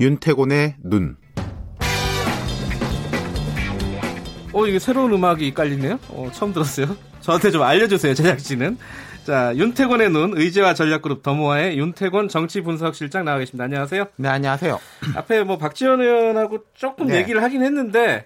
윤태곤의 눈. 어, 이게 새로운 음악이 깔리네요? 어, 처음 들었어요. 저한테 좀 알려주세요, 제작진은. 자, 윤태곤의 눈, 의제와 전략그룹 더모아의 윤태곤 정치분석실장 나와 계십니다. 안녕하세요. 네, 안녕하세요. 앞에 뭐 박지원 의원하고 조금 네. 얘기를 하긴 했는데,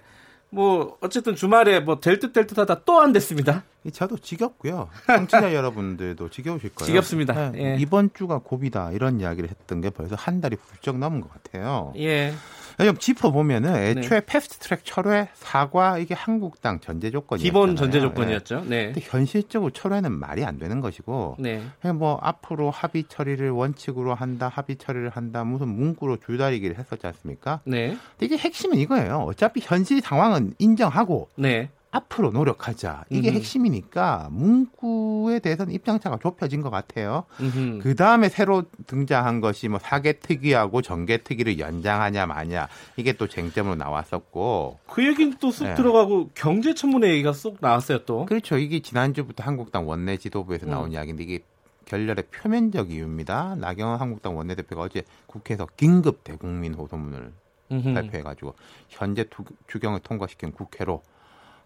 뭐, 어쨌든 주말에 뭐 될 듯 될 듯 하다 또 안 됐습니다. 이 저도 지겹고요. 청취자 여러분들도 지겨우실 거예요. 네, 지겹습니다. 예. 이번 주가 고비다 이런 이야기를 했던 게 벌써 한 달이 훌쩍 넘은 것 같아요. 예. 네. 좀 짚어보면은 애초에 패스트트랙 철회 사과 이게 한국당 전제 조건이 기본 전제 조건이었죠. 네. 근데 현실적으로 철회는 말이 안 되는 것이고 네. 그냥 뭐 앞으로 합의 처리를 원칙으로 한다, 합의 처리를 한다, 무슨 문구로 줄다리기를 했었지 않습니까? 네. 근데 이게 핵심은 이거예요. 어차피 현실 상황은 인정하고 네. 앞으로 노력하자. 이게 음. 핵심이니까 문구에 대해서는 입장차가 좁혀진 것 같아요. 음흠. 그 다음에 새로 등장한 것이 뭐 사개특위하고 정개특위를 연장하냐 마냐 이게 또 쟁점으로 나왔었고 그 얘기는 또 쑥 네. 들어가고 경제천문회 얘기가 쑥 나왔어요, 또. 그렇죠. 이게 지난주부터 한국당 원내 음. 지도부에서 나온 이야기인데 이게 결렬의 표면적 이유입니다. 나경원 한국당 원내대표가 어제 국회에서 긴급 대국민 호소문을 음흠. 네. 발표해가지고 현재 투- 추경을 통과시킨 국회로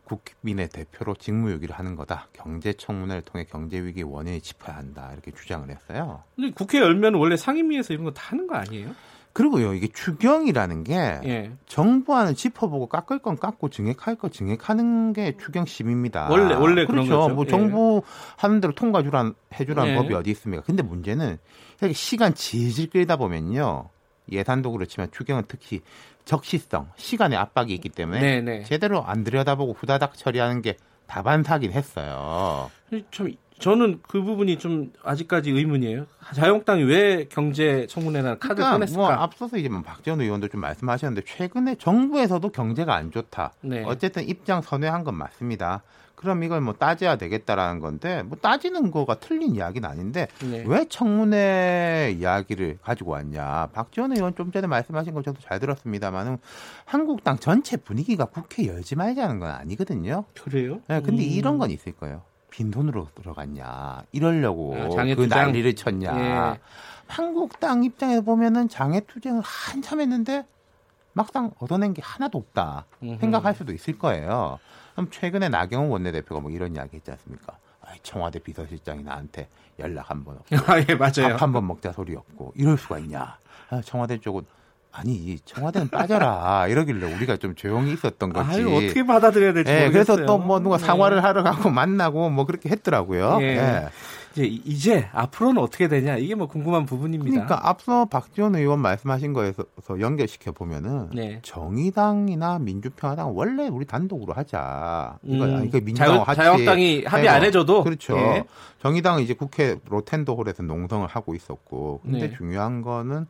국민의 대표로 직무유기를 하는 거다. 경제청문회를 통해 경제 위기 원인을 짚어야 한다. 이렇게 주장을 했어요. 근데 국회 열면 원래 상임위에서 이런 거 다 하는 거 아니에요? 그리고요, 이게 추경이라는 게 예. 정부안을 짚어보고 깎을 건 깎고 증액할 거 증액하는 게 추경 심입니다. 원래- 원래 그런 그렇죠. 거죠. 뭐 예. 정부 하는 대로 통과 주란 해주라는 예. 법이 어디 있습니까? 근데 문제는 이렇게 시간 질질 끌다 보면요 예산도 그렇지만 추경은 특히 적시성 시간의 압박이 있기 때문에 네, 네. 제대로 안 들여다보고 후다닥 처리하는 게 다반사긴 했어요. 참 저는 그 부분이 좀 아직까지 의문이에요. 자영당이 왜 경제 청문회나 카드 그러니까 꺼냈을까? 뭐 앞서서 이제 뭐 박지원 의원도 좀 말씀하셨는데 최근에 정부에서도 경제가 안 좋다. 네. 어쨌든 입장 선회한 건 맞습니다. 그럼 이걸 뭐 따져야 되겠다라는 건데 뭐 따지는 거가 틀린 이야기는 아닌데 네. 왜 청문회 이야기를 가지고 왔냐? 박지원 의원 좀 전에 말씀하신 거 저도 잘 들었습니다만은 한국당 전체 분위기가 국회 열지 말자는 건 아니거든요. 그래요? 네, 근데 음. 이런 건 있을 거예요. 빈손으로 들어갔냐? 이러려고 아, 장애 그 투쟁. 난리를 쳤냐? 예. 한국당 입장에서 보면은 장애 투쟁을 한참 했는데 막상 얻어낸 게 하나도 없다 음흠. 생각할 수도 있을 거예요. 그럼 최근에 나경원 원내대표가 뭐 이런 이야기 했지 않습니까? 아이, 청와대 비서실장이 나한테 연락 한 번 없고 아, 예, 맞아요. 밥 한 번 먹자 소리 없고 이럴 수가 있냐? 아, 청와대 쪽은 아니 이 청와대는 빠져라 이러길래 우리가 좀 조용히 있었던 거지. 아유, 어떻게 받아들여야 네, 될지 예, 모르겠어요. 그래서 또 뭐 누가 사과를 하러 가고 만나고 뭐 그렇게 했더라고요. 예. 예. 네. 이제, 이제 앞으로는 어떻게 되냐 이게 뭐 궁금한 부분입니다. 그러니까 앞서 박지원 의원 말씀하신 거에서 연결시켜 보면은 네. 정의당이나 민주평화당 원래 우리 단독으로 하자. 이거 아, 음, 이거 민주당 자유- 자유한국당이 합의 안 해줘도? 그렇죠. 예. 정의당은 이제 국회 로텐도홀에서 농성을 하고 있었고 근데 네. 중요한 거는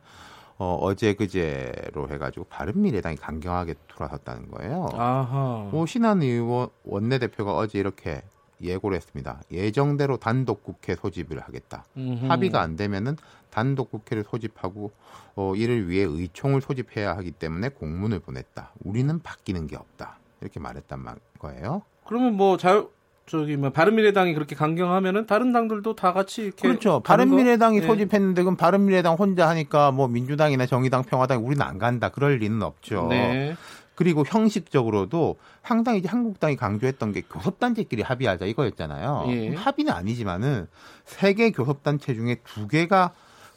어, 어제 그제로 해가지고 바른미래당이 강경하게 돌아섰다는 거예요. 아하. 어, 오신환 의원 원내대표가 어제 이렇게 예고를 했습니다. 예정대로 단독 국회 소집을 하겠다. 음흠. 합의가 안 되면은 단독 국회를 소집하고 어, 이를 위해 의총을 소집해야 하기 때문에 공문을 보냈다. 우리는 바뀌는 게 없다. 이렇게 말했단 말 거예요. 그러면 뭐 자유 저기 뭐 바른미래당이 그렇게 강경하면은 다른 당들도 다 같이 이렇게 그렇죠. 가는 거? 바른미래당이 예. 소집했는데 그럼 바른미래당 혼자 하니까 뭐 민주당이나 정의당, 평화당 우리는 안 간다. 그럴 리는 없죠. 네. 그리고 형식적으로도 항상 이제 한국당이 강조했던 게 교섭단체끼리 합의하자 이거였잖아요. 예. 합의는 아니지만은 세 개 교섭단체 중에 두 개가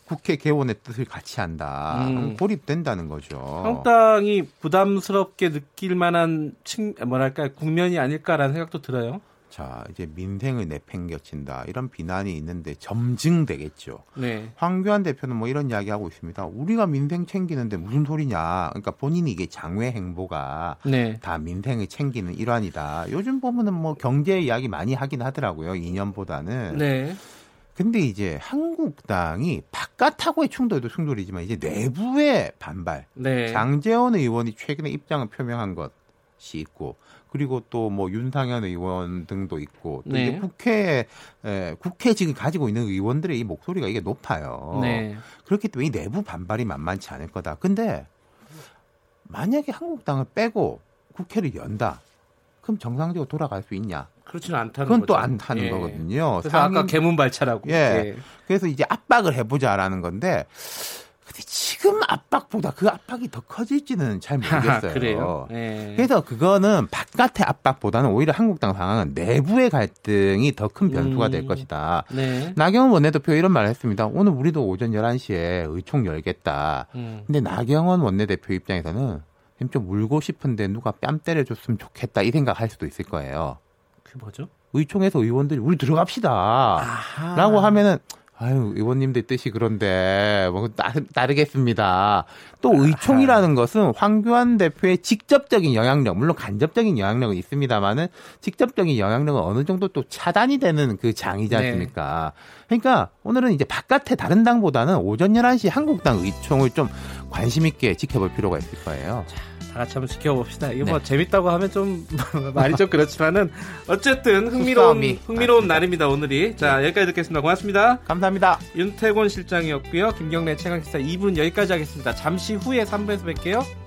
국회 개원의 뜻을 같이 한다. 음. 그럼 고립된다는 거죠. 한국당이 부담스럽게 느낄 만한 층 뭐랄까 국면이 아닐까라는 생각도 들어요. 자, 이제 민생을 내팽겨친다. 이런 비난이 있는데 점증되겠죠. 네. 황교안 대표는 뭐 이런 이야기하고 있습니다. 우리가 민생 챙기는데 무슨 소리냐. 그러니까 본인이 이게 장외 행보가 네. 다 민생을 챙기는 일환이다. 요즘 보면은 뭐 경제 이야기 많이 하긴 하더라고요. 이념보다는. 네. 근데 이제 한국당이 바깥하고의 충돌도 충돌이지만 이제 내부의 반발. 네. 장재원 의원이 최근에 입장을 표명한 것이 있고 그리고 또 뭐 윤상현 의원 등도 있고 또 네. 이제 국회에 에, 국회 지금 가지고 있는 의원들의 이 목소리가 이게 높아요. 네. 그렇기 때문에 이 내부 반발이 만만치 않을 거다. 근데 만약에 한국당을 빼고 국회를 연다. 그럼 정상적으로 돌아갈 수 있냐? 그렇지는 않다는 그건 거죠. 또 안 타는 예. 거거든요. 뭐 예. 그래서 아까 상임- 개문 발차라고. 예. 그래서 이제 압박을 해보자라는 건데 근데 지금 압박보다 그 압박이 더 커질지는 잘 모르겠어요. 아, 그래요. 예. 그래서 그거는 바깥의 압박보다는 오히려 한국당 상황은 내부의 갈등이 더 큰 변수가 음. 될 것이다. 네. 나경원 원내대표 이런 말을 했습니다. 오늘 우리도 오전 11시에 의총 열겠다. 음. 근데 나경원 원내대표 입장에서는 좀 울고 싶은데 누가 뺨 때려줬으면 좋겠다 이 생각할 수도 있을 거예요. 그게 뭐죠? 의총에서 의원들이 우리 들어갑시다. 아하. 라고 하면은 아유 의원님들 뜻이 그런데 뭐 따, 따르겠습니다. 아, 또 의총이라는 것은 황교안 대표의 직접적인 영향력, 물론 간접적인 영향력은 있습니다만은 직접적인 영향력은 어느 정도 또 차단이 되는 그 장이지 네. 않습니까? 그러니까 오늘은 이제 바깥의 다른 당보다는 오전 11시 한국당 의총을 좀 관심 있게 지켜볼 필요가 있을 거예요. 다 같이 한번 지켜봅시다. 이거 네. 뭐 재밌다고 하면 좀 말이 좀 그렇지만은 어쨌든 흥미로운 수싸움이 네. 흥미로운 맞습니다. 날입니다 오늘이. 자 여기까지 듣겠습니다. 고맙습니다. 감사합니다. 윤태곤 실장이었고요. 김경래 최강 기사 2부는 여기까지 하겠습니다. 잠시 후에 3부에서 뵐게요.